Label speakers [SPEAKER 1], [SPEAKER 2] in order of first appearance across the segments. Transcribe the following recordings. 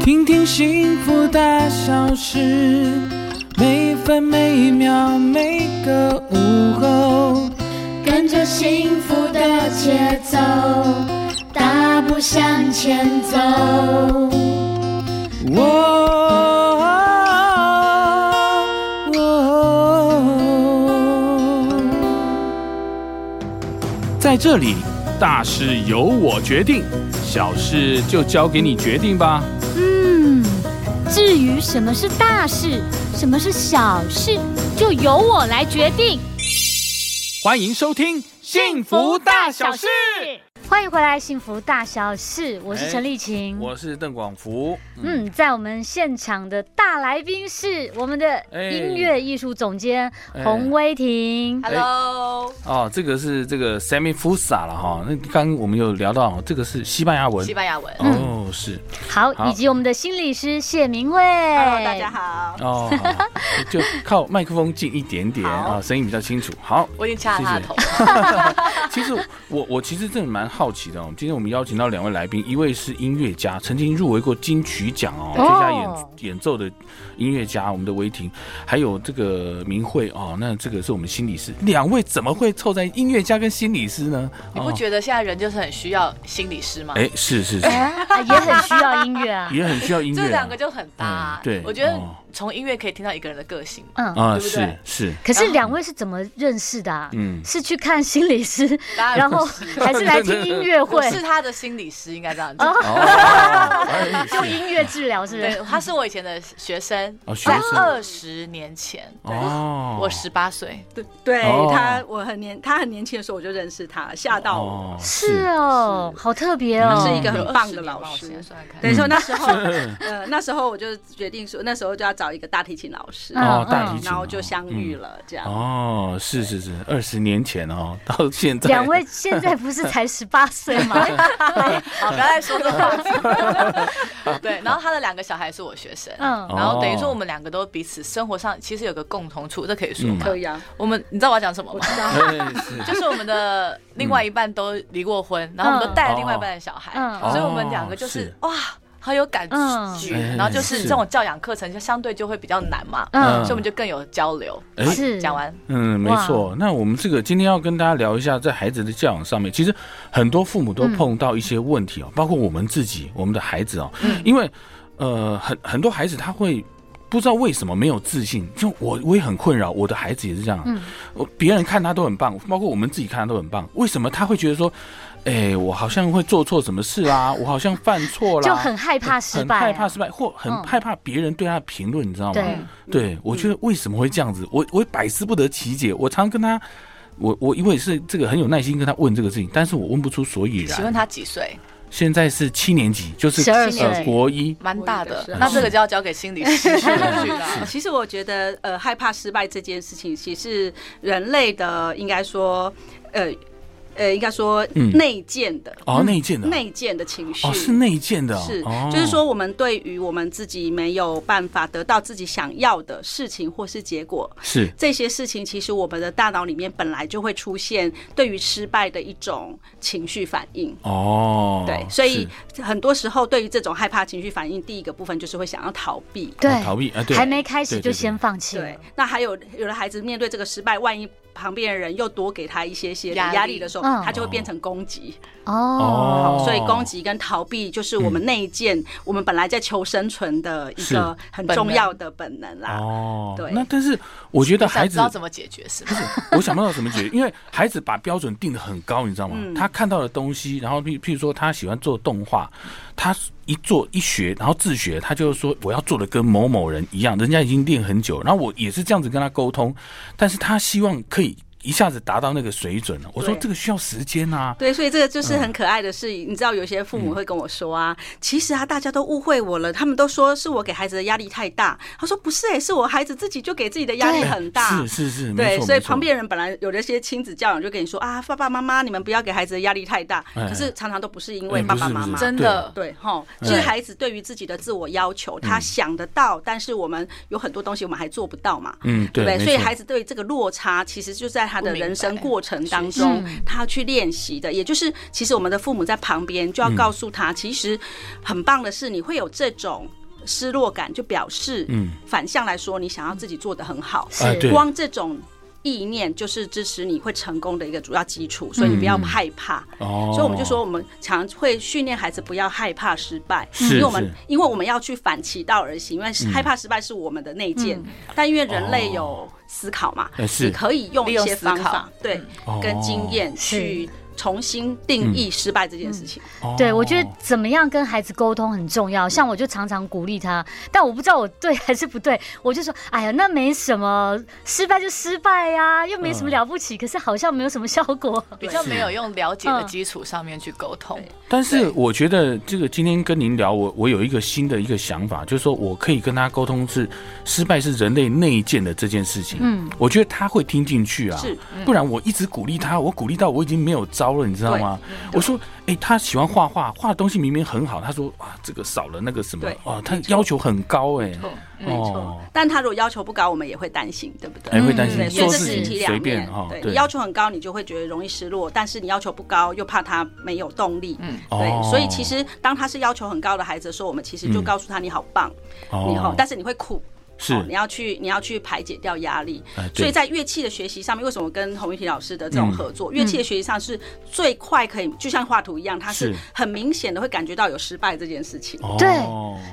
[SPEAKER 1] 听听幸福大小事，每分每秒每个午后。
[SPEAKER 2] 跟着幸福的节奏，大步向前走。
[SPEAKER 1] 我在这里，大事由我决定，小事就交给你决定吧。
[SPEAKER 3] 嗯，至于什么是大事，什么是小事，就由我来决定。
[SPEAKER 1] 欢迎收听《幸福大小事》，
[SPEAKER 3] 欢迎回来，《幸福大小事》，我是陈丽琴。
[SPEAKER 1] 哎我是邓广福。
[SPEAKER 3] 嗯，在我们现场的大来宾是我们的
[SPEAKER 1] 哎
[SPEAKER 3] 音乐艺术总监
[SPEAKER 1] 哎
[SPEAKER 3] 洪威婷。
[SPEAKER 4] Hello，
[SPEAKER 1] 哦，这个是这个 Sammy Fusa 了哈。那刚刚我们有聊到，这个是西班牙文
[SPEAKER 4] 西。班牙文。
[SPEAKER 1] 哦，是
[SPEAKER 3] 好，
[SPEAKER 1] 好
[SPEAKER 3] 以及我们的心理师谢明慧。
[SPEAKER 4] Hello，大家。好，
[SPEAKER 1] 哦，好就靠麦克风近一点点
[SPEAKER 4] 好
[SPEAKER 1] 啊，声音比较清楚。好，
[SPEAKER 4] 我已经掐了他的头。
[SPEAKER 1] 哦其实我我其实真的蛮好奇的哦。今天我们邀请到两位来宾，一位是音乐家，曾经入围过金曲奖哦，最
[SPEAKER 3] 哦
[SPEAKER 1] 佳演演奏的音乐家，我们的维婷，还有这个明慧哦。那这个是我们心理师，两位怎么会凑在音乐家跟心理师呢？
[SPEAKER 4] 你不
[SPEAKER 1] 哦
[SPEAKER 4] 觉得现在人就是很需要心理师吗？
[SPEAKER 1] 哎、是是是，
[SPEAKER 3] 啊，也很需要音 乐啊。
[SPEAKER 1] 也很需要音乐啊、
[SPEAKER 4] 这两个就很搭、
[SPEAKER 1] 嗯对
[SPEAKER 4] 我觉得
[SPEAKER 1] 哦
[SPEAKER 4] 从音乐可以听到一个人的个性。
[SPEAKER 3] 嗯，
[SPEAKER 1] 啊、
[SPEAKER 4] 对不
[SPEAKER 1] 是
[SPEAKER 4] 对
[SPEAKER 1] 是，
[SPEAKER 3] 可是两位是怎么认识的啊？
[SPEAKER 1] 嗯，
[SPEAKER 3] 是去看心理师，
[SPEAKER 4] 当
[SPEAKER 3] 然后
[SPEAKER 4] 不是
[SPEAKER 3] 还是来听音乐
[SPEAKER 4] 我
[SPEAKER 3] 会？
[SPEAKER 4] 是他的心理师，应该这样
[SPEAKER 3] 哦
[SPEAKER 4] 讲。
[SPEAKER 1] 哦，哎
[SPEAKER 3] 就音乐治疗是不
[SPEAKER 4] 对
[SPEAKER 3] 是？，
[SPEAKER 4] 他是我以前的学生，
[SPEAKER 1] 哦学
[SPEAKER 4] 在
[SPEAKER 1] 生
[SPEAKER 4] 二十年前，
[SPEAKER 1] 哦，
[SPEAKER 4] 我十八岁，
[SPEAKER 5] 对，对
[SPEAKER 1] 哦
[SPEAKER 5] 他，我很年，他很年轻的时候我就认识他，吓到我。
[SPEAKER 1] 哦
[SPEAKER 3] 是哦，好特别
[SPEAKER 1] 你
[SPEAKER 3] 哦。
[SPEAKER 1] 们
[SPEAKER 5] 是一个很
[SPEAKER 4] 有
[SPEAKER 5] 棒
[SPEAKER 4] 20嗯
[SPEAKER 5] 的
[SPEAKER 4] 年
[SPEAKER 5] 老
[SPEAKER 4] 吧我
[SPEAKER 5] 师
[SPEAKER 4] 现在算看
[SPEAKER 5] 等于说那时候，
[SPEAKER 1] 嗯
[SPEAKER 5] 呃，那时候我就决定说，那时候就要找一个大提琴老师，
[SPEAKER 3] 嗯
[SPEAKER 1] 哦，大
[SPEAKER 3] 嗯
[SPEAKER 1] 提琴，
[SPEAKER 5] 然后就相遇
[SPEAKER 1] 了。
[SPEAKER 5] 了，这样。
[SPEAKER 1] 哦，是是是，二十年前哦，到现在
[SPEAKER 3] 两位现在不是才十八岁吗？
[SPEAKER 4] 好，不要再说这话题。 对，然后他的两个小孩是我学生，
[SPEAKER 3] 嗯
[SPEAKER 4] 然后等于说
[SPEAKER 1] 哦
[SPEAKER 4] 我们两个都彼此生活上其实有个共同处，这可以
[SPEAKER 1] 嗯
[SPEAKER 4] 说吗？
[SPEAKER 5] 可以啊，
[SPEAKER 4] 我们你知道我要讲什么
[SPEAKER 5] 我
[SPEAKER 4] 吗？
[SPEAKER 5] 知道。
[SPEAKER 1] 哎是
[SPEAKER 4] 就是我们的另外一半都离过婚，然后我们都带了另外一半的小孩，
[SPEAKER 3] 嗯
[SPEAKER 4] 所以我们两个就是
[SPEAKER 1] 哦
[SPEAKER 4] 哇。很有感
[SPEAKER 3] 嗯
[SPEAKER 4] 觉，
[SPEAKER 1] 哎
[SPEAKER 4] 然后就是
[SPEAKER 1] 是
[SPEAKER 4] 这种教养课程，就相对就会比较难嘛，
[SPEAKER 3] 嗯
[SPEAKER 4] 所以我们就更有交流。
[SPEAKER 1] 哎
[SPEAKER 4] 好
[SPEAKER 3] 是
[SPEAKER 4] 讲完，
[SPEAKER 1] 嗯，没错。那我们这个今天要跟大家聊一下，在孩子的教养上面，其实很多父母都碰到一些问题哦，包括我们自己，我们的孩子哦，
[SPEAKER 3] 嗯
[SPEAKER 1] 因为呃，很很多孩子他会。不知道为什么没有自信，就我我也很困扰，我的孩子也是这样。
[SPEAKER 3] 嗯
[SPEAKER 1] 我别人看他都很棒，包括我们自己看他都很棒，为什么他会觉得说，哎、我好像会做错什么事啊，我好像犯错啦，
[SPEAKER 3] 就很害怕失败啊，
[SPEAKER 1] 很害怕失败，或很
[SPEAKER 3] 嗯
[SPEAKER 1] 害怕别人对他的评论，你知道吗？
[SPEAKER 3] 对，
[SPEAKER 1] 对我觉得为什么会这样子，我我百思不得其解。我常跟他，我我因为是这个很有耐心跟他问这个事情，但是我问不出所以
[SPEAKER 4] 请问
[SPEAKER 1] 然。
[SPEAKER 4] 他几岁？
[SPEAKER 1] 现在是七年级，就是
[SPEAKER 3] 12
[SPEAKER 4] 岁
[SPEAKER 1] 呃国一，
[SPEAKER 4] 蛮大的
[SPEAKER 5] 我也，是
[SPEAKER 4] 那这个就要交给心理 师去了。
[SPEAKER 5] 其实我觉得，呃，害怕失败这件事情，其实是人类的应该说，呃，呃，应该说
[SPEAKER 1] 嗯
[SPEAKER 5] 内建的、
[SPEAKER 1] 哦内建的，
[SPEAKER 5] 内建的情绪、
[SPEAKER 1] 哦是内建的哦，
[SPEAKER 5] 是
[SPEAKER 1] 哦，
[SPEAKER 5] 就是说我们对于我们自己没有办法得到自己想要的事情或是结果，
[SPEAKER 1] 是
[SPEAKER 5] 这些事情其实我们的大脑里面本来就会出现对于失败的一种情绪反应。
[SPEAKER 1] 哦，
[SPEAKER 5] 对，所以
[SPEAKER 1] 是
[SPEAKER 5] 很多时候对于这种害怕情绪反应，第一个部分就是会想要逃避。
[SPEAKER 1] 哦逃
[SPEAKER 3] 对，
[SPEAKER 1] 避啊，对，
[SPEAKER 3] 还没开始
[SPEAKER 1] 对
[SPEAKER 3] 就
[SPEAKER 1] 对
[SPEAKER 3] 先放弃
[SPEAKER 5] 对
[SPEAKER 3] 了，，
[SPEAKER 5] 那还有有的孩子面对这个失败，万一旁边的人又多给他一些些的
[SPEAKER 4] 压力
[SPEAKER 5] 压力的时候，
[SPEAKER 3] 嗯
[SPEAKER 5] 他就会变成攻击。
[SPEAKER 3] 哦。
[SPEAKER 1] 哦嗯
[SPEAKER 5] 所以攻击跟逃避就是我们内建、我们本来在求生存的一个很重要的本能啦。
[SPEAKER 1] 哦，
[SPEAKER 5] 对
[SPEAKER 1] 那但是我觉得
[SPEAKER 4] 想
[SPEAKER 1] 孩
[SPEAKER 4] 知
[SPEAKER 1] 子
[SPEAKER 4] 道怎么解决 是吗？
[SPEAKER 1] 我想不到怎么解决，因为孩子把标准定得很高，你知道吗？
[SPEAKER 5] 嗯
[SPEAKER 1] 他看到的东西，然后譬譬如说他喜欢做动画，他一做一学，然后自学，他就说我要做的跟某某人一样，人家已经练很久，然后我也是这样子跟他沟通，但是他希望可以一下子达到那个水准了。我说
[SPEAKER 5] 对
[SPEAKER 1] 这个需要时间啊，
[SPEAKER 5] 对，所以这个就是很可爱的事。你知道，有些父
[SPEAKER 1] 嗯
[SPEAKER 5] 母会跟我说啊，其实啊，大家都误会我了，他们都说是我给孩子的压力太大。他说不是、欸，是我孩子自己就给自己的压力 很大。
[SPEAKER 1] 是是是，没
[SPEAKER 5] 对，
[SPEAKER 1] 错
[SPEAKER 5] 所以
[SPEAKER 1] 没错
[SPEAKER 5] 旁边人本来有的一些亲子教养就跟你说啊，爸爸妈妈，你们不要给孩子的压力太大。
[SPEAKER 1] 哎
[SPEAKER 5] 可是常常都不是因
[SPEAKER 1] 哎
[SPEAKER 5] 为
[SPEAKER 1] 不
[SPEAKER 5] 爸爸
[SPEAKER 1] 是不
[SPEAKER 5] 妈
[SPEAKER 1] 是
[SPEAKER 5] 妈，
[SPEAKER 4] 真的，
[SPEAKER 5] 对哈，
[SPEAKER 1] 嗯
[SPEAKER 5] 就是孩子对于自己的自我要求，他想得到，但是我们有很多东西我们还做不到嘛，
[SPEAKER 1] 嗯
[SPEAKER 5] 对
[SPEAKER 1] 对，
[SPEAKER 5] 不对？所以
[SPEAKER 1] 没错
[SPEAKER 5] 孩子对于这个落差，其实就在他的人生过程当
[SPEAKER 3] 我明
[SPEAKER 5] 中
[SPEAKER 3] 白，
[SPEAKER 5] 他去练习的。也就是，其实我们的父母在旁边就要告
[SPEAKER 1] 嗯
[SPEAKER 5] 诉他，其实很棒的是，你会有这种失落感，就表示，
[SPEAKER 1] 嗯
[SPEAKER 5] 反向来说，你想要自己做的很好。
[SPEAKER 1] 哎对
[SPEAKER 5] 光这种意念就是支持你会成功的一个主要基础，所以你不要
[SPEAKER 1] 嗯
[SPEAKER 5] 害怕。
[SPEAKER 1] 哦，
[SPEAKER 5] 所以我们就说，我们常会训练孩子不要害怕失败，
[SPEAKER 1] 是
[SPEAKER 5] 因为我们
[SPEAKER 1] 是嗯
[SPEAKER 5] 因为我们要去反其道而行，因为害怕失败是我们的内
[SPEAKER 4] 嗯
[SPEAKER 5] 建，但因为人类有思考嘛，
[SPEAKER 1] 哎是
[SPEAKER 5] 你可以用
[SPEAKER 4] 利
[SPEAKER 5] 一
[SPEAKER 4] 用
[SPEAKER 5] 些
[SPEAKER 4] 思
[SPEAKER 5] 方
[SPEAKER 4] 考
[SPEAKER 5] 法对
[SPEAKER 1] 哦
[SPEAKER 5] 跟经验去重新定义失败这件事
[SPEAKER 4] 嗯
[SPEAKER 5] 情。
[SPEAKER 1] 哦
[SPEAKER 3] 对，我觉得怎么样跟孩子沟通很重要。像我就常常鼓励他，但我不知道我对还是不对，我就说：“哎呀，那没什么，失败就失败呀、又没什么了不起。可是好像没有什么效 果。
[SPEAKER 4] 比较没有用了解的基础上面去沟通。
[SPEAKER 1] 但是我觉得这个今天跟您聊，我我有一个新的一个想法，就是说我可以跟他沟通是失败是人类内建的这件事情。嗯，我觉得他会听进去啊，
[SPEAKER 5] 是嗯
[SPEAKER 1] 不然我一直鼓励他，我鼓励到我已经没有招了，你知道吗？我说，哎、他喜欢画画，画的东西明明很好，他说啊，这个少了那个什么
[SPEAKER 5] 对，
[SPEAKER 1] 哇，他要求很高哎、
[SPEAKER 4] 嗯
[SPEAKER 5] 没错，，但他如果要求不高，我们也会担心，对不对？嗯
[SPEAKER 1] 哎、会担
[SPEAKER 5] 对，
[SPEAKER 1] 心
[SPEAKER 5] 所以
[SPEAKER 1] 做
[SPEAKER 5] 这
[SPEAKER 1] 事
[SPEAKER 5] 是一体
[SPEAKER 1] 情随
[SPEAKER 5] 两
[SPEAKER 1] 便哦
[SPEAKER 5] 面
[SPEAKER 1] 哈，。
[SPEAKER 5] 对，要求很高，你就会觉得容易失落；但是你要求不高，又怕他没有动力。嗯，
[SPEAKER 1] 哦
[SPEAKER 5] 对，所以其实当他是要求很高的孩子的时候，我们其实
[SPEAKER 1] 嗯
[SPEAKER 5] 就告诉他你好棒，你好
[SPEAKER 1] 哦，，
[SPEAKER 5] 但是你会苦。
[SPEAKER 1] 是
[SPEAKER 5] 哦你要去，你要去排解掉压力
[SPEAKER 1] 哎。对
[SPEAKER 5] 所以在乐器的学习上面，为什么我跟洪玉婷老师的这种合
[SPEAKER 1] 嗯
[SPEAKER 5] 作，乐器的学习上是最快可以，就像画图一样，它是
[SPEAKER 1] 是
[SPEAKER 5] 很明显的会感觉到有失败这件事情。
[SPEAKER 1] 哦
[SPEAKER 3] 对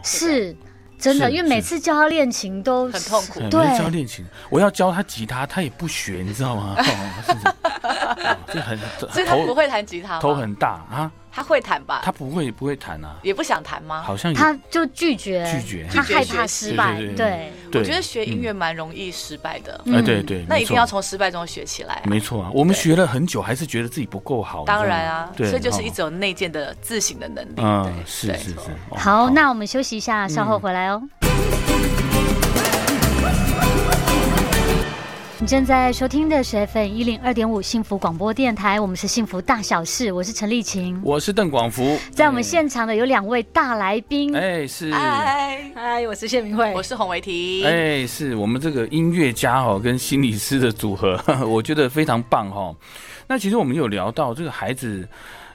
[SPEAKER 3] 是，真的，
[SPEAKER 1] 是
[SPEAKER 3] 因为每
[SPEAKER 1] 是
[SPEAKER 3] 次教他练琴都
[SPEAKER 4] 很痛苦
[SPEAKER 1] 哎
[SPEAKER 3] 对
[SPEAKER 1] 没人教练琴，我要教他吉他，他也不学，你知道吗？哦、 是哦 这很这
[SPEAKER 4] 所以他不
[SPEAKER 1] 头
[SPEAKER 4] 会弹吉他吗
[SPEAKER 1] 头很大啊，
[SPEAKER 4] 他会弹吧？
[SPEAKER 1] 他不会不会弹啊，
[SPEAKER 4] 也不想弹吗？
[SPEAKER 1] 好像也
[SPEAKER 3] 他就拒绝，
[SPEAKER 1] 拒绝
[SPEAKER 3] 他
[SPEAKER 4] 拒绝
[SPEAKER 3] 害
[SPEAKER 4] 学
[SPEAKER 3] 怕
[SPEAKER 4] 习
[SPEAKER 3] 失败
[SPEAKER 1] 对对，
[SPEAKER 3] 对，
[SPEAKER 1] 对嗯
[SPEAKER 4] 我觉得学音乐蛮容易失败的，
[SPEAKER 1] 哎、对对，
[SPEAKER 4] 那
[SPEAKER 1] 没
[SPEAKER 4] 一定
[SPEAKER 1] 错
[SPEAKER 4] 要从失败中学起来啊。
[SPEAKER 1] 没错啊，我们学了很久，还是觉得自己不够好，
[SPEAKER 4] 当然
[SPEAKER 1] 你
[SPEAKER 4] 啊，
[SPEAKER 1] 知道吗对，哦
[SPEAKER 4] 所以就是一
[SPEAKER 1] 直
[SPEAKER 4] 直有内建的自省的能力。
[SPEAKER 1] 嗯
[SPEAKER 4] 对，
[SPEAKER 1] 是
[SPEAKER 4] 对
[SPEAKER 1] 是是，哦嗯
[SPEAKER 3] 好，那我们休息一下，稍后回来哦。你正在收听的是 FM 一零二点五幸福广播电台，我们是幸福大小事，我是陈丽琴。
[SPEAKER 1] 我是邓广福，
[SPEAKER 3] 在我们现场的有两位大来宾，
[SPEAKER 1] 哎是。
[SPEAKER 4] 嗨，
[SPEAKER 5] 嗨，我是谢明慧
[SPEAKER 4] 我是洪维提。
[SPEAKER 1] 哎，是我们这个音乐家哦，跟心理师的组合， 我觉得非常棒哦。那其实我们有聊到这个孩子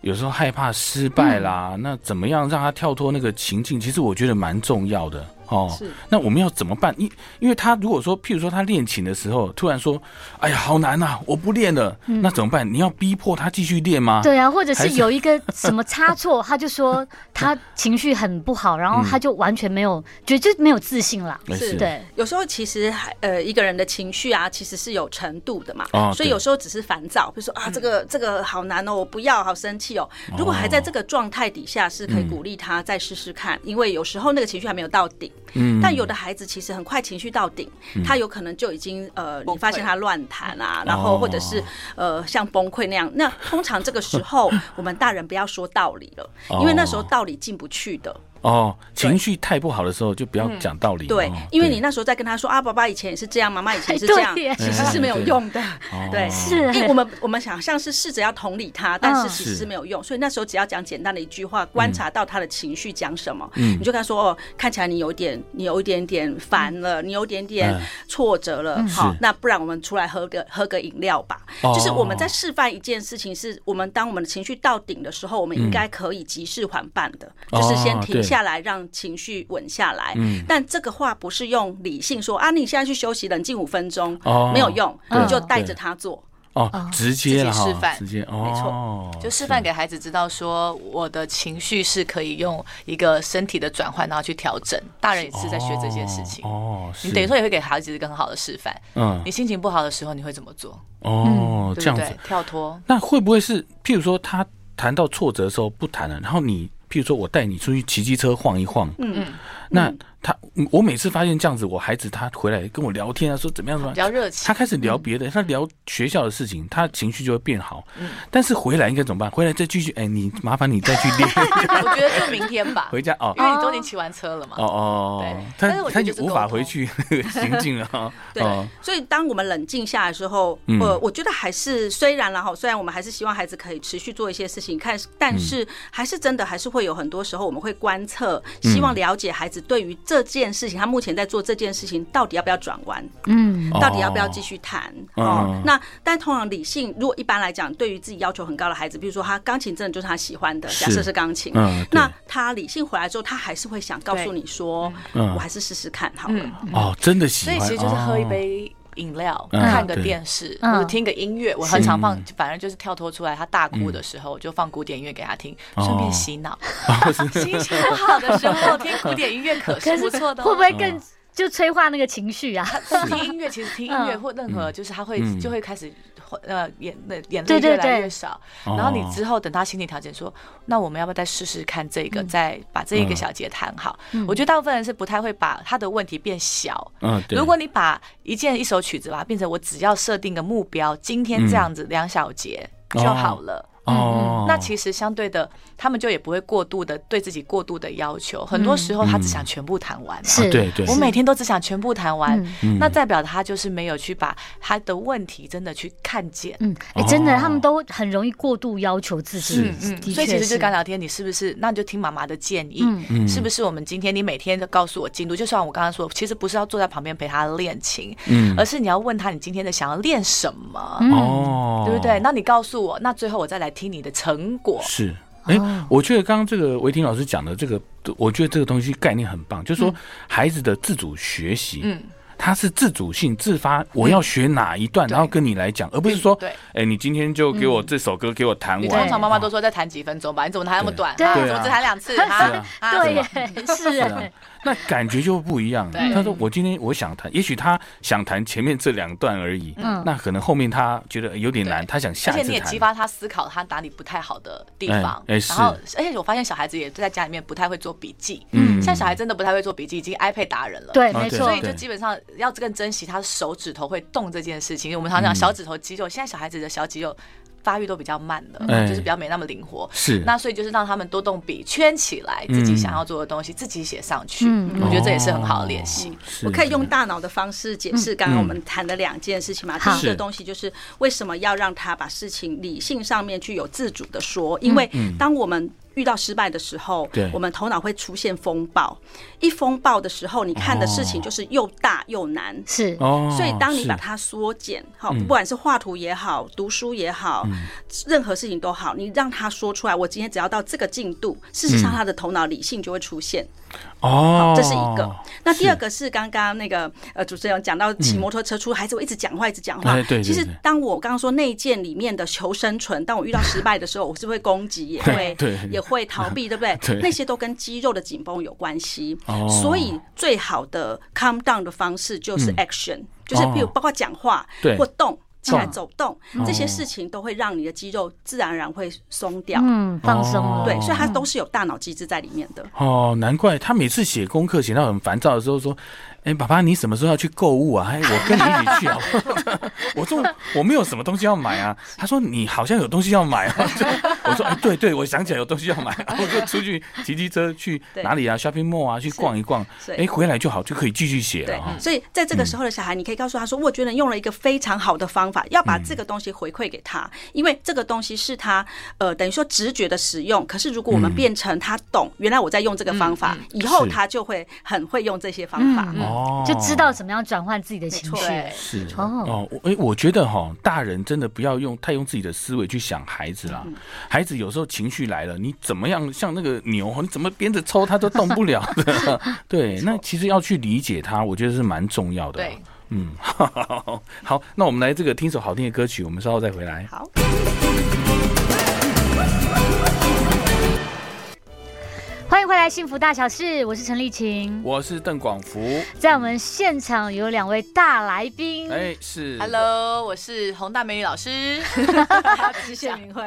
[SPEAKER 1] 有时候害怕失败啦，
[SPEAKER 5] 嗯
[SPEAKER 1] 那怎么样让他跳脱那个情境？其实我觉得蛮重要的哦。
[SPEAKER 5] 是
[SPEAKER 1] 那我们要怎么办？因因为他如果说，譬如说他练琴的时候，突然说：“哎呀，好难呐、我不练了。
[SPEAKER 5] 嗯
[SPEAKER 1] 那怎么办？你要逼迫他继续练吗？
[SPEAKER 3] 对啊，或者
[SPEAKER 1] 还
[SPEAKER 3] 是
[SPEAKER 1] 是
[SPEAKER 3] 有一个什么 差错，他就说他情绪很不好，然
[SPEAKER 1] 嗯
[SPEAKER 3] 后他就完全没有，觉得就没有自信了。
[SPEAKER 1] 哎是
[SPEAKER 3] 对，
[SPEAKER 5] 有时候其实还呃一个人的情绪啊，其实是有程度的嘛，
[SPEAKER 1] 哦
[SPEAKER 5] 所
[SPEAKER 1] 对
[SPEAKER 5] 以
[SPEAKER 1] 嗯
[SPEAKER 5] 有时候只是烦躁，比如说啊这个这个好难哦，我不要，好生气哦。如果还在这个状态底下，是可以鼓励他再试试看，因为有时候那个情绪还没有到顶，
[SPEAKER 1] 嗯
[SPEAKER 5] 但有的孩子其实很快情绪到顶，他有可能就已经呃，你发现他乱弹啊，然
[SPEAKER 1] 哦
[SPEAKER 5] 后或者是呃像崩溃那样。那通常这个时候， 我们大人不要说道理了，因为那时候道理进不去的。
[SPEAKER 1] 哦，情绪太不好的时候就不要讲道理。
[SPEAKER 5] 嗯对
[SPEAKER 1] 哦，
[SPEAKER 5] 因为你那时候在跟他说啊，爸爸以前也是这样，妈妈以前也是
[SPEAKER 3] 对
[SPEAKER 5] 这样
[SPEAKER 3] 耶，
[SPEAKER 5] 其实是没有用 的。
[SPEAKER 1] 哦
[SPEAKER 5] 对，
[SPEAKER 3] 是
[SPEAKER 5] 因为我们我们想像是试着要同理他，但
[SPEAKER 3] 嗯
[SPEAKER 5] 是其实是没有用。所以那时候只要讲简单的一句话，
[SPEAKER 1] 嗯
[SPEAKER 5] 观察到他的情绪讲什么，你就跟他说哦，看起来你有一点你有一点点烦了，你有一点点
[SPEAKER 1] 嗯
[SPEAKER 5] 挫折
[SPEAKER 3] 嗯
[SPEAKER 5] 了，好
[SPEAKER 1] 是，
[SPEAKER 5] 那不然我们出来喝个喝个饮料吧。
[SPEAKER 1] 哦
[SPEAKER 5] 就是我们在示范一件事情，是我们当我们的情绪到顶的时候，我们应该可以及时缓办的，
[SPEAKER 1] 嗯哦
[SPEAKER 5] 就是先停
[SPEAKER 1] 对嗯
[SPEAKER 5] 下来，让情绪稳下来。但这个话不是用理性说啊，你现在去休息，冷静五分钟
[SPEAKER 1] 哦，
[SPEAKER 5] 没有用，
[SPEAKER 1] 对
[SPEAKER 5] 你就带
[SPEAKER 1] 对
[SPEAKER 5] 着他做。
[SPEAKER 1] 哦，直接了
[SPEAKER 4] 自己啊示
[SPEAKER 1] 哈，
[SPEAKER 4] 范
[SPEAKER 1] 直接
[SPEAKER 5] 没错
[SPEAKER 1] 哦，
[SPEAKER 4] 就示范给孩子知道，说我的情绪是可以用一个身体的转换，然后去调整。大人也是在学这件事情，
[SPEAKER 1] 哦，哦
[SPEAKER 4] 你
[SPEAKER 1] 是
[SPEAKER 4] 等于说也会给孩子一个很好的示范。
[SPEAKER 1] 嗯
[SPEAKER 4] 你心情不好的时候，你会怎么做？
[SPEAKER 1] 哦，这
[SPEAKER 4] 对
[SPEAKER 1] 样
[SPEAKER 4] 不
[SPEAKER 1] 子
[SPEAKER 4] 嗯
[SPEAKER 1] 嗯
[SPEAKER 4] 对，？跳脱，
[SPEAKER 1] 那会不会是，譬如说他谈到挫折的时候不谈了，然后你，譬如说我带你出去骑机车晃一晃，嗯，那他，我每次发现这样子，我孩子他回来跟我聊天啊，说怎么样怎么
[SPEAKER 4] 比
[SPEAKER 1] 样，
[SPEAKER 4] 较热 情
[SPEAKER 1] 他。开始聊别
[SPEAKER 4] 嗯
[SPEAKER 1] 的，他聊学校的事情，他情绪就会变好，但是回来应该怎么办？回来再继续，哎，你麻烦你再去 练，
[SPEAKER 4] 我觉得就明天吧，
[SPEAKER 1] 回家哦。
[SPEAKER 4] 因为你都已经骑完车了嘛。
[SPEAKER 1] 哦哦
[SPEAKER 4] 对，但是
[SPEAKER 1] 他
[SPEAKER 4] 我觉
[SPEAKER 1] 他
[SPEAKER 4] 得
[SPEAKER 1] 也
[SPEAKER 4] 就是
[SPEAKER 1] 无
[SPEAKER 4] 沟
[SPEAKER 1] 法
[SPEAKER 4] 通
[SPEAKER 1] 回 去那个行进了哈。
[SPEAKER 5] 对
[SPEAKER 1] 哦，
[SPEAKER 5] 所以当我们冷静下来的时候，
[SPEAKER 1] 嗯
[SPEAKER 5] 呃，我觉得还是虽然然后虽然我们还是希望孩子可以持续做一些事情，看，
[SPEAKER 1] 嗯嗯
[SPEAKER 5] 但是还是真的还是会有很多时候我们会观测，希望了解孩子对于这件事情，他目前在做这件事情，到底要不要转弯？
[SPEAKER 3] 嗯，
[SPEAKER 5] 到底要不要继续谈？
[SPEAKER 1] 哦
[SPEAKER 5] 哦
[SPEAKER 1] 嗯，
[SPEAKER 5] 那但通常理性，如果一般来讲，对于自己要求很高的孩子，比如说他钢琴真的就是他喜欢的，
[SPEAKER 1] 是
[SPEAKER 5] 假设是钢琴，
[SPEAKER 1] 嗯对
[SPEAKER 5] 那他理性回来之后，他还是会想告诉你说，
[SPEAKER 1] 嗯
[SPEAKER 5] 我还是试试看好了。
[SPEAKER 1] 哦，真的喜
[SPEAKER 4] 所
[SPEAKER 1] 欢，
[SPEAKER 4] 以其实就是喝一
[SPEAKER 1] 哦
[SPEAKER 4] 杯饮料，
[SPEAKER 1] 嗯
[SPEAKER 4] 看个
[SPEAKER 1] 对
[SPEAKER 4] 电视，
[SPEAKER 3] 嗯
[SPEAKER 4] 或者听个音乐。我很常放，反正就是跳脱出来，他大哭的时候，我就放古典音乐给他听，
[SPEAKER 1] 哦
[SPEAKER 4] 顺便洗脑。 心情不好的时候听古典音乐可是
[SPEAKER 3] 可
[SPEAKER 4] 不
[SPEAKER 3] 是
[SPEAKER 4] 错的哦。
[SPEAKER 3] 会不会更就催化那个情绪啊？
[SPEAKER 4] 听音乐，其实听音乐
[SPEAKER 3] 嗯
[SPEAKER 4] 或任何，就是他会
[SPEAKER 1] 嗯
[SPEAKER 4] 就会开始呃眼那眼泪
[SPEAKER 3] 对对
[SPEAKER 4] 越来
[SPEAKER 3] 对
[SPEAKER 4] 越少。
[SPEAKER 1] 哦
[SPEAKER 4] 然后你之后等他心理调整，说那我们要不要再试试看这个，再把这一个
[SPEAKER 1] 嗯
[SPEAKER 4] 小节弹好？
[SPEAKER 3] 嗯
[SPEAKER 4] 我觉得大部分人是不太会把他的问题变小。
[SPEAKER 1] 嗯，对
[SPEAKER 4] 如果你把一件一首曲子把它变成我只要设定个目标，今天这样子两小节就好了。
[SPEAKER 1] 嗯哦，
[SPEAKER 4] 嗯那其实相对的，他们就也不会过度的对自己过度的要求。很多时候他只想全部弹完嘛。啊
[SPEAKER 3] 是
[SPEAKER 1] 对对
[SPEAKER 4] 我每天都只想全部弹完，
[SPEAKER 1] 嗯
[SPEAKER 4] 那代表他就是没有去把他的问题真的去看见。
[SPEAKER 3] 嗯，哎、真的，
[SPEAKER 1] 哦
[SPEAKER 3] 他们都很容易过度要求自己
[SPEAKER 1] 是，
[SPEAKER 4] 嗯，
[SPEAKER 3] 的
[SPEAKER 4] 所以
[SPEAKER 3] 确
[SPEAKER 4] 其实就是刚聊天，你是不是？那你就听妈妈的建议，
[SPEAKER 1] 嗯
[SPEAKER 4] 是不是？我们今天你每天都告诉我进度，就像我刚刚说，其实不是要坐在旁边陪他练琴，
[SPEAKER 1] 嗯
[SPEAKER 4] 而是你要问他你今天的想要练什么，
[SPEAKER 1] 哦，
[SPEAKER 4] 嗯对不对？？那你告诉我，那最后我再来听你的成果。
[SPEAKER 1] 是，哎、
[SPEAKER 3] 哦
[SPEAKER 1] 我觉得刚刚这个维婷老师讲的这个，我觉得这个东西概念很棒，就是说孩子的自主学习，
[SPEAKER 4] 嗯，
[SPEAKER 1] 他是自主性自发，我要学哪一段，然后跟你来讲，而不是说，
[SPEAKER 4] 嗯对嗯
[SPEAKER 1] 哎、你今天就给我这首歌，给我弹
[SPEAKER 4] 你
[SPEAKER 1] 完。
[SPEAKER 4] 通常妈妈都说再弹几分钟吧，你怎么弹那么短？
[SPEAKER 3] 对
[SPEAKER 4] 啊
[SPEAKER 3] 对啊
[SPEAKER 4] 怎么只弹两次？啊
[SPEAKER 1] 啊
[SPEAKER 4] 啊
[SPEAKER 3] 对
[SPEAKER 4] 什么
[SPEAKER 3] 耶，是
[SPEAKER 1] 是啊
[SPEAKER 3] 哎，
[SPEAKER 1] 那感觉就不一样。
[SPEAKER 4] 对
[SPEAKER 1] 他说：“我今天我想弹，也许他想弹前面这两段而已，
[SPEAKER 3] 嗯
[SPEAKER 1] 那可能后面他觉得有点难，
[SPEAKER 4] 对
[SPEAKER 1] 他想下
[SPEAKER 4] 而
[SPEAKER 1] 一
[SPEAKER 4] 且
[SPEAKER 1] 次
[SPEAKER 4] 你也
[SPEAKER 1] 弹。
[SPEAKER 4] 激发他思考他哪里不太好的地方，
[SPEAKER 1] 哎哎是
[SPEAKER 4] 然后而且我发现小孩子也在家里面不太会做笔记，
[SPEAKER 1] 嗯
[SPEAKER 4] 现在小孩真的不太会做笔记，已经 iPad 达人了，，
[SPEAKER 3] 对，
[SPEAKER 1] 啊
[SPEAKER 3] 没
[SPEAKER 1] 对
[SPEAKER 3] 错
[SPEAKER 4] 所以，就基本上要更珍惜他手指头会动这件事情。我们常
[SPEAKER 1] 嗯
[SPEAKER 4] 讲小指头肌肉，现在小孩子的小肌肉发育都比较慢的，
[SPEAKER 1] 哎
[SPEAKER 4] 就是比较没那么灵活，
[SPEAKER 1] 是
[SPEAKER 4] 那所以就是让他们多动笔圈起来，自己想要做的东西自己写上去，
[SPEAKER 3] 嗯
[SPEAKER 4] 我觉得这也是很好的练习。
[SPEAKER 1] 是嗯
[SPEAKER 5] 我可以用大脑的方式解释刚刚我们谈的两件事情嘛。第一
[SPEAKER 1] 是
[SPEAKER 5] 个东西就是为什么要让他把事情理性上面去有自主的说，因为当我们遇到失败的时候
[SPEAKER 1] 嗯对，
[SPEAKER 5] 我们头脑会出现风暴。一风暴的时候，你看的事情就是又大又难。
[SPEAKER 3] 是
[SPEAKER 1] 哦，
[SPEAKER 5] 所以，当你
[SPEAKER 1] 是嗯
[SPEAKER 5] 把它缩减，好，不管是画图也好，读书也好，任何事情都好，你让他说出来。我今天只要到这个进度，事实上
[SPEAKER 1] 嗯
[SPEAKER 5] 他的头脑理性就会出现。
[SPEAKER 1] 哦，
[SPEAKER 5] 这是一个。那第
[SPEAKER 1] 是
[SPEAKER 5] 二个是刚刚那个呃主持人有讲到骑摩托车出，孩子会一直讲话，一直讲话。
[SPEAKER 1] 哎对对
[SPEAKER 5] 其实
[SPEAKER 1] 对
[SPEAKER 5] 当我刚刚说内建里面的求生存，当我遇到失败的时候，我是会攻击，也 会
[SPEAKER 1] 对
[SPEAKER 5] 也会逃避，对不对？
[SPEAKER 1] 对
[SPEAKER 5] 那些都跟肌肉的紧绷有关系。
[SPEAKER 1] 哦
[SPEAKER 5] 所以最好的 calm down 的方式就是 action，、就是比如
[SPEAKER 1] 嗯哦
[SPEAKER 5] 包括讲话、
[SPEAKER 1] 对嗯哦
[SPEAKER 5] 或动。起来
[SPEAKER 1] 动
[SPEAKER 5] 走动，这些事情都会让你的肌肉自然而然会松掉。
[SPEAKER 3] 嗯，放松
[SPEAKER 1] 哦
[SPEAKER 3] 了，
[SPEAKER 5] 对，所以它都是有大脑机制在里面的。
[SPEAKER 1] 哦，难怪他每次写功课写到很烦躁的时候说：“哎、爸爸，你什么时候要去购物啊？哎，我跟你一起去啊。” 我说：“我没有什么东西要买啊。”他说：“你好像有东西要买啊。 就”我说：“哎、对对，我想起来有东西要买、啊， 我就出去骑机车去
[SPEAKER 5] 对
[SPEAKER 1] 哪里啊，shopping mall 啊，去逛一逛。
[SPEAKER 5] 是
[SPEAKER 1] 哎、回来就好，就可以继续写
[SPEAKER 5] 对嗯
[SPEAKER 1] 了、啊，。
[SPEAKER 5] 所以在这个时候的小孩，你可以告诉他说：“我觉得用了一个非常好的方法，要把
[SPEAKER 1] 嗯
[SPEAKER 5] 这个东西回馈给他，因为这个东西是他呃，等于说直觉的使用。可是如果我们变成他懂，原来我在用这个方法，以后
[SPEAKER 1] 嗯是
[SPEAKER 5] 他就会很会用这些方法。
[SPEAKER 3] 嗯
[SPEAKER 1] 哦，
[SPEAKER 3] 就知道怎么样转换自己的情
[SPEAKER 5] 没
[SPEAKER 3] 绪
[SPEAKER 5] 错
[SPEAKER 4] 对，
[SPEAKER 1] 是
[SPEAKER 3] 哦。
[SPEAKER 1] 哦，我哎、我觉得哈，大人真的不要用太用自己的思维去想孩子啦。孩子有时候情绪来了，你怎么样像那个牛，你怎么鞭子抽他都动不了的。对，那其实要去理解他，我觉得是蛮重要的啦。
[SPEAKER 4] 对
[SPEAKER 1] 嗯， 好，好，那我们来这个听首好听的歌曲，我们稍后再回来。
[SPEAKER 5] 好，
[SPEAKER 3] 欢迎回来，《幸福大小事》，我是陈丽琴，
[SPEAKER 1] 我是邓广福，
[SPEAKER 3] 在我们现场有两位大来宾，
[SPEAKER 1] 哎、是
[SPEAKER 4] Hello，我是洪大美女老师，
[SPEAKER 5] 谢谢明慧。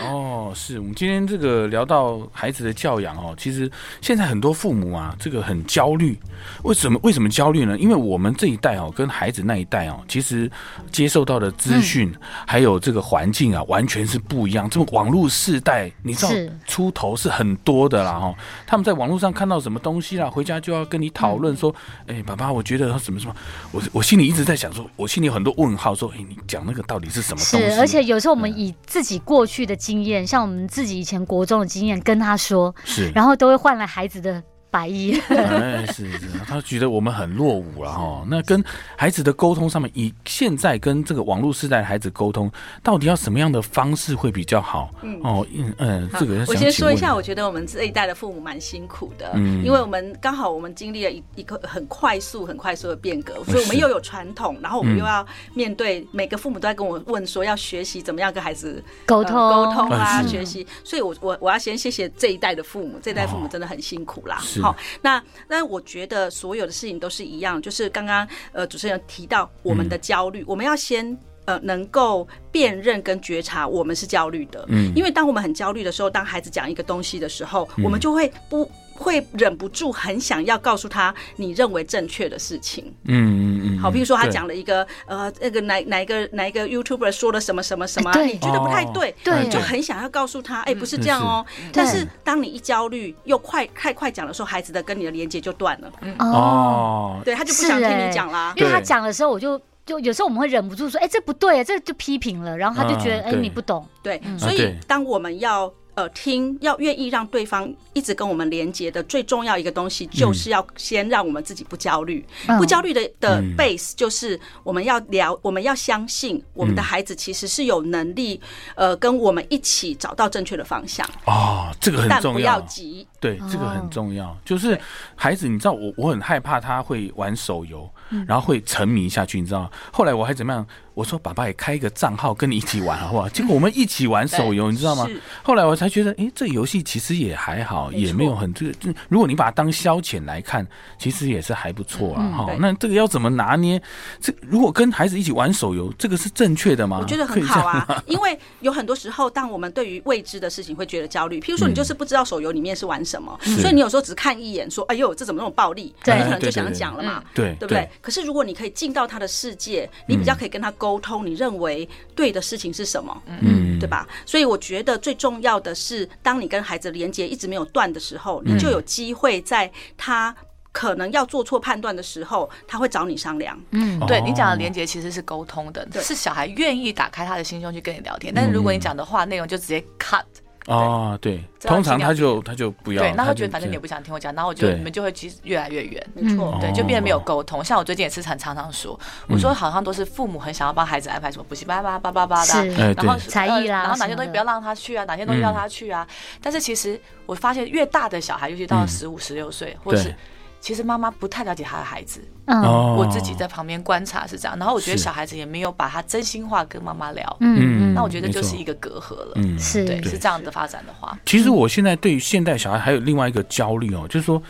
[SPEAKER 1] 哦，是我们今天这个聊到孩子的教养哦，其实现在很多父母啊，这个很焦虑。为什么？为什么焦虑呢？因为我们这一代哦，跟孩子那一代哦，其实接受到的
[SPEAKER 3] 嗯
[SPEAKER 1] 资讯、还有这个环境啊，完全是不一样。这么网络世代，你知道
[SPEAKER 3] 是
[SPEAKER 1] 出头是很多的啦哦。他们在网络上看到什么东西啦，回家就要跟你讨
[SPEAKER 3] 嗯
[SPEAKER 1] 论说，哎、爸爸，我觉得什么什么，我我心里一直在想说，我心里有很多问号，说，哎、你讲那个到底是什么东西？嗯
[SPEAKER 3] 是，而且有时候我们以自己过去的经验，像我们自己以前国中的经验跟他说，
[SPEAKER 1] 是
[SPEAKER 3] 然后都会换来孩子的百 亿。
[SPEAKER 1] 哎， 是是，他觉得我们很落伍了哈。那跟孩子的沟通上面，以现在跟这个网络时代的孩子沟通，到底要什么样的方式会比较好？哦，嗯嗯，这个
[SPEAKER 5] 我先说一下，
[SPEAKER 1] 我
[SPEAKER 5] 我觉得我们这一代的父母蛮辛苦的，
[SPEAKER 1] 嗯
[SPEAKER 5] 因为我们刚好我们经历了一一个很快速、很快速的变革，所以我们又有传统，然后我们又
[SPEAKER 1] 嗯
[SPEAKER 5] 要面对每个父母都在跟我问说要学习怎么样跟孩子
[SPEAKER 3] 沟
[SPEAKER 5] 呃
[SPEAKER 3] 通
[SPEAKER 5] 沟通啊，
[SPEAKER 1] 嗯
[SPEAKER 5] 学习。所以我我我要先谢谢这一代的父母，这一代父母真的很辛苦啦
[SPEAKER 1] 哦是。
[SPEAKER 5] 好，那那我觉得所有的事情都是一样，就是刚刚呃主持人有提到我们的焦
[SPEAKER 1] 嗯
[SPEAKER 5] 虑，我们要先。呃，能够辨认跟觉察我们是焦虑的，
[SPEAKER 1] 嗯
[SPEAKER 5] 因为当我们很焦虑的时候，当孩子讲一个东西的时候，我们就会不会忍不住很想要告诉他你认为正确的事情。
[SPEAKER 1] 嗯嗯嗯，
[SPEAKER 5] 好，譬如说他
[SPEAKER 1] 对
[SPEAKER 5] 讲了一个呃，那个哪哪一个哪一个 YouTuber 说了什么什么什么啊，
[SPEAKER 3] 哎对
[SPEAKER 5] 你觉得不太
[SPEAKER 1] 哦
[SPEAKER 5] 对，
[SPEAKER 3] 对
[SPEAKER 5] 你就很想要告诉他，哎，不是
[SPEAKER 1] 嗯
[SPEAKER 5] 这样哦。但是
[SPEAKER 3] 对
[SPEAKER 5] 当你一焦虑又快太快讲的时候，孩子的跟你的连接就断了，
[SPEAKER 3] 哦，
[SPEAKER 1] 哦，
[SPEAKER 5] 对他就不
[SPEAKER 3] 是
[SPEAKER 5] 想听
[SPEAKER 3] 欸
[SPEAKER 5] 你讲啦。
[SPEAKER 3] 因为他
[SPEAKER 1] 对
[SPEAKER 3] 讲的时候，我就就有时候我们会忍不住说，哎，这不对，这就批评了，然后他就觉得，
[SPEAKER 1] 啊
[SPEAKER 3] 哎，
[SPEAKER 1] 对
[SPEAKER 3] 你不懂，
[SPEAKER 5] 对，所
[SPEAKER 1] 啊对
[SPEAKER 5] 以当我们要呃听，要愿意让对方一直跟我们连接的最重要一个东西，就是要先让我们自己不焦虑。
[SPEAKER 3] 嗯
[SPEAKER 5] 不焦虑的的
[SPEAKER 1] 嗯
[SPEAKER 5] base 就是我们要聊，我们要相信我
[SPEAKER 1] 嗯
[SPEAKER 5] 们的孩子其实是有能力，呃，跟我们一起找到正确的方向，
[SPEAKER 1] 哦，这个很
[SPEAKER 5] 但
[SPEAKER 1] 重
[SPEAKER 5] 不要
[SPEAKER 1] 要，
[SPEAKER 5] 急。
[SPEAKER 1] 对，这个
[SPEAKER 5] 哦
[SPEAKER 1] 很重要。就是孩子，你知道我我很害怕他会玩手游，
[SPEAKER 5] 嗯
[SPEAKER 1] 然后会沉迷下去，你知道吗？后来我还怎么样？我说爸爸也开一个账号跟你一起玩好不 好？结果我们一起玩手游，你知道吗
[SPEAKER 5] 是？
[SPEAKER 1] 后来我才觉得，诶，这游戏其实也还好，
[SPEAKER 5] 没错
[SPEAKER 1] 也没有很这。这如果你把它当消遣来看，其实也是还不错啊。哈、
[SPEAKER 5] 嗯对
[SPEAKER 1] 那这个要怎么拿捏？这如果跟孩子一起玩手游，这个是正确的吗？
[SPEAKER 5] 我觉得
[SPEAKER 1] 可
[SPEAKER 5] 很
[SPEAKER 1] 以这
[SPEAKER 5] 好
[SPEAKER 1] 样吗。
[SPEAKER 5] 啊， 因为有很多时候，当我们对于未知的事情会觉得焦虑，譬如说你就是
[SPEAKER 1] 嗯
[SPEAKER 5] 不知道手游里面是玩什么，所以你有时候只看一眼说，哎呦，这怎么那么暴力？
[SPEAKER 3] 对
[SPEAKER 5] 你可能
[SPEAKER 1] 对
[SPEAKER 5] 就
[SPEAKER 1] 对
[SPEAKER 5] 想
[SPEAKER 1] 对
[SPEAKER 5] 讲了嘛。
[SPEAKER 1] 对
[SPEAKER 5] 对不对？可是如果你可以进到他的世界，你比较可以跟他沟通，你认为对的事情是什么，
[SPEAKER 1] 嗯
[SPEAKER 5] 对吧？所以我觉得最重要的是，当你跟孩子连接一直没有断的时候，
[SPEAKER 1] 嗯
[SPEAKER 5] 你就有机会在他可能要做错判断的时候，他会找你商量。
[SPEAKER 3] 嗯，
[SPEAKER 4] 对你
[SPEAKER 1] 哦
[SPEAKER 4] 讲的连接其实是沟通的，
[SPEAKER 5] 对
[SPEAKER 4] 是小孩愿意打开他的心胸去跟你聊天。
[SPEAKER 1] 嗯
[SPEAKER 4] 但是如果你讲的话内容就直接 cut，
[SPEAKER 1] 哦，对，
[SPEAKER 4] 这样
[SPEAKER 1] 通常
[SPEAKER 4] 尽量
[SPEAKER 1] 他就他就不要，
[SPEAKER 4] 对，那
[SPEAKER 1] 他
[SPEAKER 4] 他觉得反正你也不想听我讲，然后我就
[SPEAKER 1] 对
[SPEAKER 4] 你们就会其实越来越远。
[SPEAKER 5] 没
[SPEAKER 1] 哦
[SPEAKER 5] 错，
[SPEAKER 4] 对，就变得没有沟通。像我最近也是常常常说，我
[SPEAKER 1] 嗯
[SPEAKER 4] 说好像都是父母很想要帮孩子安排什么补习班啊、叭叭叭的啊
[SPEAKER 3] 是，
[SPEAKER 1] 哎
[SPEAKER 4] 然后
[SPEAKER 1] 对嗯
[SPEAKER 4] 呃
[SPEAKER 3] 才艺啦
[SPEAKER 4] 然后
[SPEAKER 3] 什
[SPEAKER 4] 哪
[SPEAKER 3] 么
[SPEAKER 4] 些东西
[SPEAKER 3] 的
[SPEAKER 4] 不要让他去啊，哪些东西让他去啊。但是其实我发现，越大的小孩，尤其到
[SPEAKER 1] 嗯
[SPEAKER 4] 十五、十六岁，或是
[SPEAKER 1] 对
[SPEAKER 4] 其实妈妈不太了解他的孩子，
[SPEAKER 3] 嗯
[SPEAKER 1] 哦，
[SPEAKER 4] 我自己在旁边观察是这样。然后我觉得
[SPEAKER 1] 是
[SPEAKER 4] 小孩子也没有把他真心话跟妈妈聊，
[SPEAKER 1] 嗯
[SPEAKER 3] 嗯
[SPEAKER 4] 那我
[SPEAKER 3] 嗯，
[SPEAKER 4] 觉得就
[SPEAKER 1] 没错
[SPEAKER 4] 是一个隔阂了。
[SPEAKER 1] 嗯
[SPEAKER 3] 是
[SPEAKER 4] 对，
[SPEAKER 1] 对
[SPEAKER 4] 是这样的发展的话，
[SPEAKER 1] 其实我现在对于现代小孩还有另外一个焦虑哦，就是说。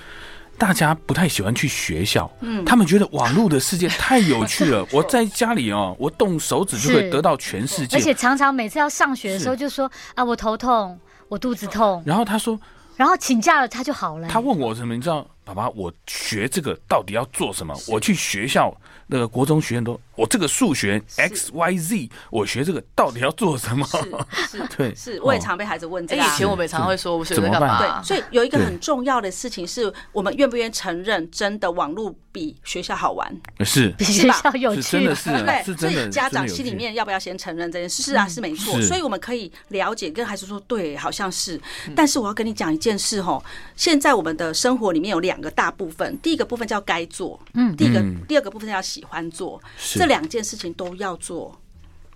[SPEAKER 1] 大家不太喜欢去学校，嗯，他们觉得网络的世界太有趣 了。我在家里哦，我动手指就可以
[SPEAKER 3] 是
[SPEAKER 1] 得到全世
[SPEAKER 3] 而且
[SPEAKER 1] 界。
[SPEAKER 3] 常常每次要上学的时候就说啊，我头痛，我肚子痛，
[SPEAKER 1] 然后他说，
[SPEAKER 3] 然后请假了他就好了。
[SPEAKER 1] 他问我什么，你知道，爸爸，我学这个到底要做什么？我去学校那个国中学院都，我这个数学 x y z，我学这个到底要做什么？
[SPEAKER 5] 是是
[SPEAKER 1] 对，
[SPEAKER 5] 是，我也
[SPEAKER 1] 哦
[SPEAKER 5] 常被孩子问
[SPEAKER 4] 哎，
[SPEAKER 5] 这个啊。
[SPEAKER 4] 以前我们啊也常常会说，我水
[SPEAKER 1] 怎
[SPEAKER 4] 在
[SPEAKER 1] 么
[SPEAKER 4] 干
[SPEAKER 1] 办
[SPEAKER 4] 嘛
[SPEAKER 5] 对，？所以有一个
[SPEAKER 1] 对
[SPEAKER 5] 很重要的事情是，我们愿不愿意承认，真的网络比学校好玩，
[SPEAKER 1] 是
[SPEAKER 3] 比
[SPEAKER 5] 是
[SPEAKER 3] 学
[SPEAKER 5] 吧
[SPEAKER 3] 校有
[SPEAKER 1] 是真
[SPEAKER 3] 趣
[SPEAKER 1] 的，是
[SPEAKER 5] 对不
[SPEAKER 1] 啊
[SPEAKER 5] 对？
[SPEAKER 1] 是
[SPEAKER 5] 所
[SPEAKER 1] 真的。
[SPEAKER 5] 以家
[SPEAKER 1] 真的
[SPEAKER 5] 长
[SPEAKER 1] 有
[SPEAKER 5] 心里
[SPEAKER 1] 趣
[SPEAKER 5] 面要不要先承认这件
[SPEAKER 4] 嗯
[SPEAKER 5] 事？是啊，是没错。
[SPEAKER 1] 是
[SPEAKER 5] 所以我们可以了解，跟孩子说，对，好像是。
[SPEAKER 1] 嗯
[SPEAKER 5] 但是我要跟你讲一件事哦，现在我们的生活里面有两个大部分，第一个部分叫该做，
[SPEAKER 3] 嗯
[SPEAKER 5] 第一个
[SPEAKER 1] 嗯
[SPEAKER 5] 第二个部分叫喜欢做，
[SPEAKER 1] 是
[SPEAKER 5] 这两件事情都要做。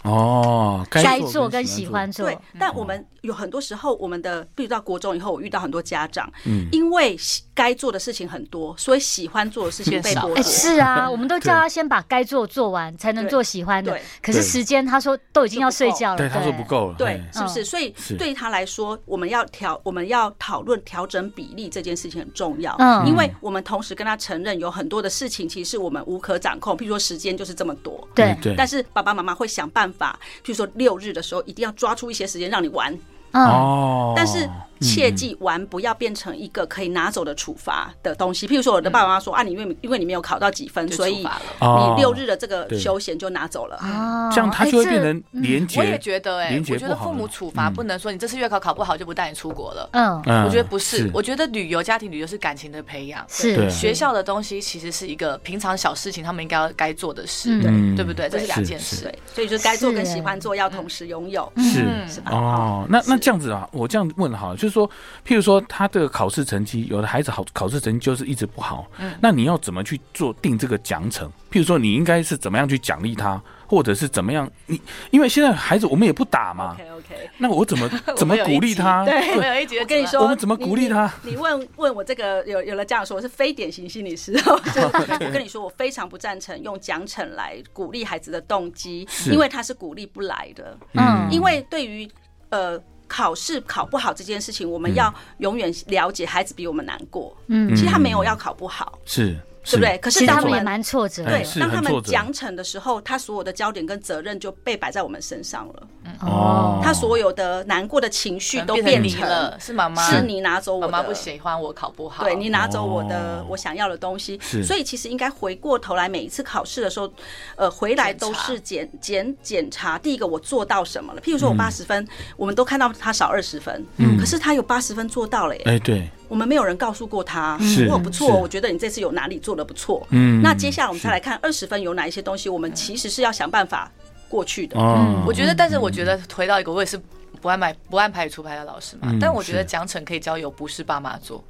[SPEAKER 1] 哦，
[SPEAKER 3] 该
[SPEAKER 1] 做
[SPEAKER 3] 做跟喜欢做
[SPEAKER 5] 对，，
[SPEAKER 4] 嗯
[SPEAKER 5] 但我们有很多时候，我们的，比如到国中以后，我遇到很多家长，
[SPEAKER 3] 嗯
[SPEAKER 5] 因为喜该做的事情很多，所以喜欢做的事情
[SPEAKER 4] 变
[SPEAKER 5] 被
[SPEAKER 4] 少
[SPEAKER 5] 剥
[SPEAKER 3] 哎，
[SPEAKER 5] 夺。
[SPEAKER 3] 是啊，我们都叫他先把该做做完，才能
[SPEAKER 5] 对
[SPEAKER 3] 做喜欢的
[SPEAKER 5] 对。
[SPEAKER 3] 可是
[SPEAKER 1] 对
[SPEAKER 3] 时间，他说都已经要睡觉了，
[SPEAKER 1] 对，他说不。够了，
[SPEAKER 5] 对
[SPEAKER 1] 嘿，
[SPEAKER 4] 嗯
[SPEAKER 5] 是不是？所以
[SPEAKER 1] 是
[SPEAKER 5] 对他来说，我们要调，我们要讨论调整比例这件事情很重要。
[SPEAKER 3] 嗯
[SPEAKER 5] 因为我们同时跟他承认有很多的事情，其实是我们无可掌控，譬如说时间就是这么多。
[SPEAKER 3] 对，
[SPEAKER 1] 对，
[SPEAKER 5] 但是爸爸妈妈会想办法，譬如说六日的时候一定要抓出一些时间让你玩，
[SPEAKER 3] 嗯，
[SPEAKER 1] 哦，
[SPEAKER 5] 但是切记玩不要变成一个可以拿走的处罚的东西。譬如说，我的爸爸妈妈说啊，你因为因为你没有考到几分，
[SPEAKER 4] 就
[SPEAKER 5] 所
[SPEAKER 4] 处
[SPEAKER 5] 以
[SPEAKER 4] 罚了
[SPEAKER 1] 嗯哦
[SPEAKER 5] 你六日的这个
[SPEAKER 1] 对
[SPEAKER 5] 休闲就拿走了。
[SPEAKER 3] 哦
[SPEAKER 1] 这样他
[SPEAKER 3] 哎
[SPEAKER 1] 就会
[SPEAKER 3] 这
[SPEAKER 1] 变成连
[SPEAKER 4] 我也
[SPEAKER 1] 结，
[SPEAKER 4] 觉得，哎，
[SPEAKER 1] 连结
[SPEAKER 4] 我觉得
[SPEAKER 1] 不好
[SPEAKER 4] 父母
[SPEAKER 1] 了
[SPEAKER 4] 处罚不能说你这次月考考不好就不带你出国了。
[SPEAKER 3] 嗯，
[SPEAKER 1] 嗯
[SPEAKER 4] 我觉得不是，我觉得旅游、家庭旅游是感情的培养。
[SPEAKER 1] 对
[SPEAKER 3] 是
[SPEAKER 1] 啊
[SPEAKER 4] 学校的东西其实是一个平常小事情，他们应该要该做的事，
[SPEAKER 1] 嗯
[SPEAKER 4] 对不对？这是两件
[SPEAKER 1] 是
[SPEAKER 4] 事
[SPEAKER 5] 对。，所以就该做
[SPEAKER 3] 是
[SPEAKER 5] 跟
[SPEAKER 3] 欸
[SPEAKER 5] 喜欢做要同时拥有。
[SPEAKER 1] 是嗯哦
[SPEAKER 4] 是
[SPEAKER 1] 哦，那那这样子啊，我这样问好了，就是是说，譬如说他这个考试成绩，有的孩子好考试成绩就是一直不好，那你要怎么去做定这个奖惩？譬如说，你应该是怎么样去奖励他，或者是怎么样？你因为现在孩子我们也不打嘛，
[SPEAKER 5] OK OK，
[SPEAKER 1] 那我怎 么怎么
[SPEAKER 4] 我们有一
[SPEAKER 1] 鼓励
[SPEAKER 4] 集
[SPEAKER 1] 他？
[SPEAKER 4] 对，我们有一集
[SPEAKER 5] 我
[SPEAKER 4] 我
[SPEAKER 5] 跟你说，
[SPEAKER 1] 我们怎么鼓励他
[SPEAKER 5] 你？你你问问我这个有有了这样说，我是非典型心理师。哦 就是我跟你说，我非常不赞成用奖惩来鼓励孩子的动机，因为他是鼓励不来的。
[SPEAKER 3] 嗯
[SPEAKER 5] 因为对于呃考试考不好这件事情，我们要永远了解孩子比我们难过。
[SPEAKER 3] 嗯
[SPEAKER 5] 其实他没有要考不好，
[SPEAKER 1] 是，
[SPEAKER 5] 对
[SPEAKER 1] 是
[SPEAKER 5] 不对？？可
[SPEAKER 3] 其实
[SPEAKER 5] 是
[SPEAKER 3] 他
[SPEAKER 5] 当我
[SPEAKER 3] 们也
[SPEAKER 5] 们
[SPEAKER 3] 蛮挫折的。
[SPEAKER 5] 对
[SPEAKER 1] 哎是
[SPEAKER 5] 当他
[SPEAKER 1] 很挫
[SPEAKER 5] 们
[SPEAKER 1] 折
[SPEAKER 5] 奖惩的时候，他所有的焦点跟责任就被摆在我们身上了。
[SPEAKER 1] 哦
[SPEAKER 5] 他所有的难过的情绪都
[SPEAKER 4] 嗯变
[SPEAKER 5] 变
[SPEAKER 4] 你了，是妈妈，
[SPEAKER 5] 是你拿走我
[SPEAKER 4] 妈妈
[SPEAKER 5] 的，
[SPEAKER 4] 不喜欢我考不好，
[SPEAKER 5] 对你拿走我的
[SPEAKER 1] 哦
[SPEAKER 5] 我想要的东西，
[SPEAKER 1] 是
[SPEAKER 5] 所以其实应该回过头来，每一次考试的时候，呃，回来都是检检检查。第一个我做到什么了？譬如说我八十分，我们都看到他少二十分，
[SPEAKER 1] 嗯
[SPEAKER 5] 可是他有八十分做到了耶，
[SPEAKER 1] 哎，对，
[SPEAKER 5] 我们没有人告诉过他，
[SPEAKER 1] 是
[SPEAKER 5] 我不错，
[SPEAKER 1] 是
[SPEAKER 5] 我觉得你这次有哪里做的不错。
[SPEAKER 1] 嗯
[SPEAKER 5] 那接下来我们再来看二十分有哪一些东西，我们其实是要想办法过去的。
[SPEAKER 1] 哦，
[SPEAKER 4] 我觉得，但是我觉得回到一个，我也是不按牌不按牌理出牌的老师嘛。
[SPEAKER 1] 嗯
[SPEAKER 4] 但我觉得
[SPEAKER 1] 是
[SPEAKER 4] 奖惩可以交由不是爸妈做，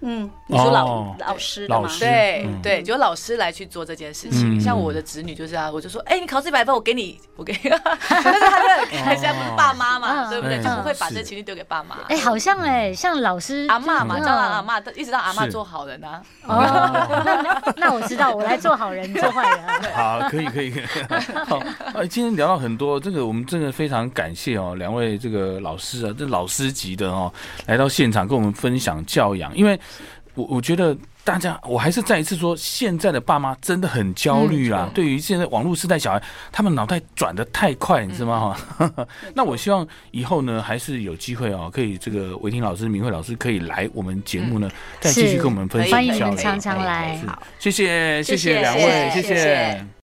[SPEAKER 5] 嗯，你说老、
[SPEAKER 1] 哦
[SPEAKER 5] 老师的
[SPEAKER 1] 老
[SPEAKER 5] 吗？
[SPEAKER 1] 师
[SPEAKER 4] 对、
[SPEAKER 1] 嗯
[SPEAKER 4] 对，就老师来去做这件事情。
[SPEAKER 1] 嗯
[SPEAKER 4] 像我的子女就是啊，我就说，哎、你考试一百分，我给你，我给你，但是他们很开心，他不是爸妈嘛，
[SPEAKER 3] 嗯
[SPEAKER 4] 对不对？
[SPEAKER 1] 嗯
[SPEAKER 4] 就不会把
[SPEAKER 1] 是
[SPEAKER 4] 这情绪丢给爸妈。
[SPEAKER 3] 哎，好像哎，像老师
[SPEAKER 4] 阿嬷嘛，
[SPEAKER 3] 嗯
[SPEAKER 4] 叫到阿嬷，一直让阿嬷
[SPEAKER 1] 是
[SPEAKER 4] 做好人啊。
[SPEAKER 3] 哦，那那我知道，我来做好人，做坏人啊。
[SPEAKER 1] 好，可以可以。可以 好，呃，今天聊到很多，这个我们真的非常感谢哦，两位这个老师啊，这老师级的哦，来到现场跟我们分享教养，因为我我觉得。大家，我还是再一次说，现在的爸妈真的很焦虑
[SPEAKER 4] 嗯
[SPEAKER 1] 啊。对于现在网络时代小孩，他们脑袋转的太快，你知道吗？
[SPEAKER 4] 嗯
[SPEAKER 1] 哈， 那我希望以后呢，还是有机会哦，可以这个维婷老师、明慧老师可以来我们节目呢，再继续
[SPEAKER 3] 是
[SPEAKER 1] 跟我们分
[SPEAKER 4] 嗯可
[SPEAKER 1] 享
[SPEAKER 3] 欢
[SPEAKER 4] 以
[SPEAKER 3] 迎你
[SPEAKER 1] 教
[SPEAKER 3] 们
[SPEAKER 1] 养
[SPEAKER 3] 常常来
[SPEAKER 1] 是谢谢谢
[SPEAKER 5] 谢
[SPEAKER 1] 谢
[SPEAKER 5] 谢
[SPEAKER 1] 两位，
[SPEAKER 4] 谢谢
[SPEAKER 1] 谢
[SPEAKER 4] 谢谢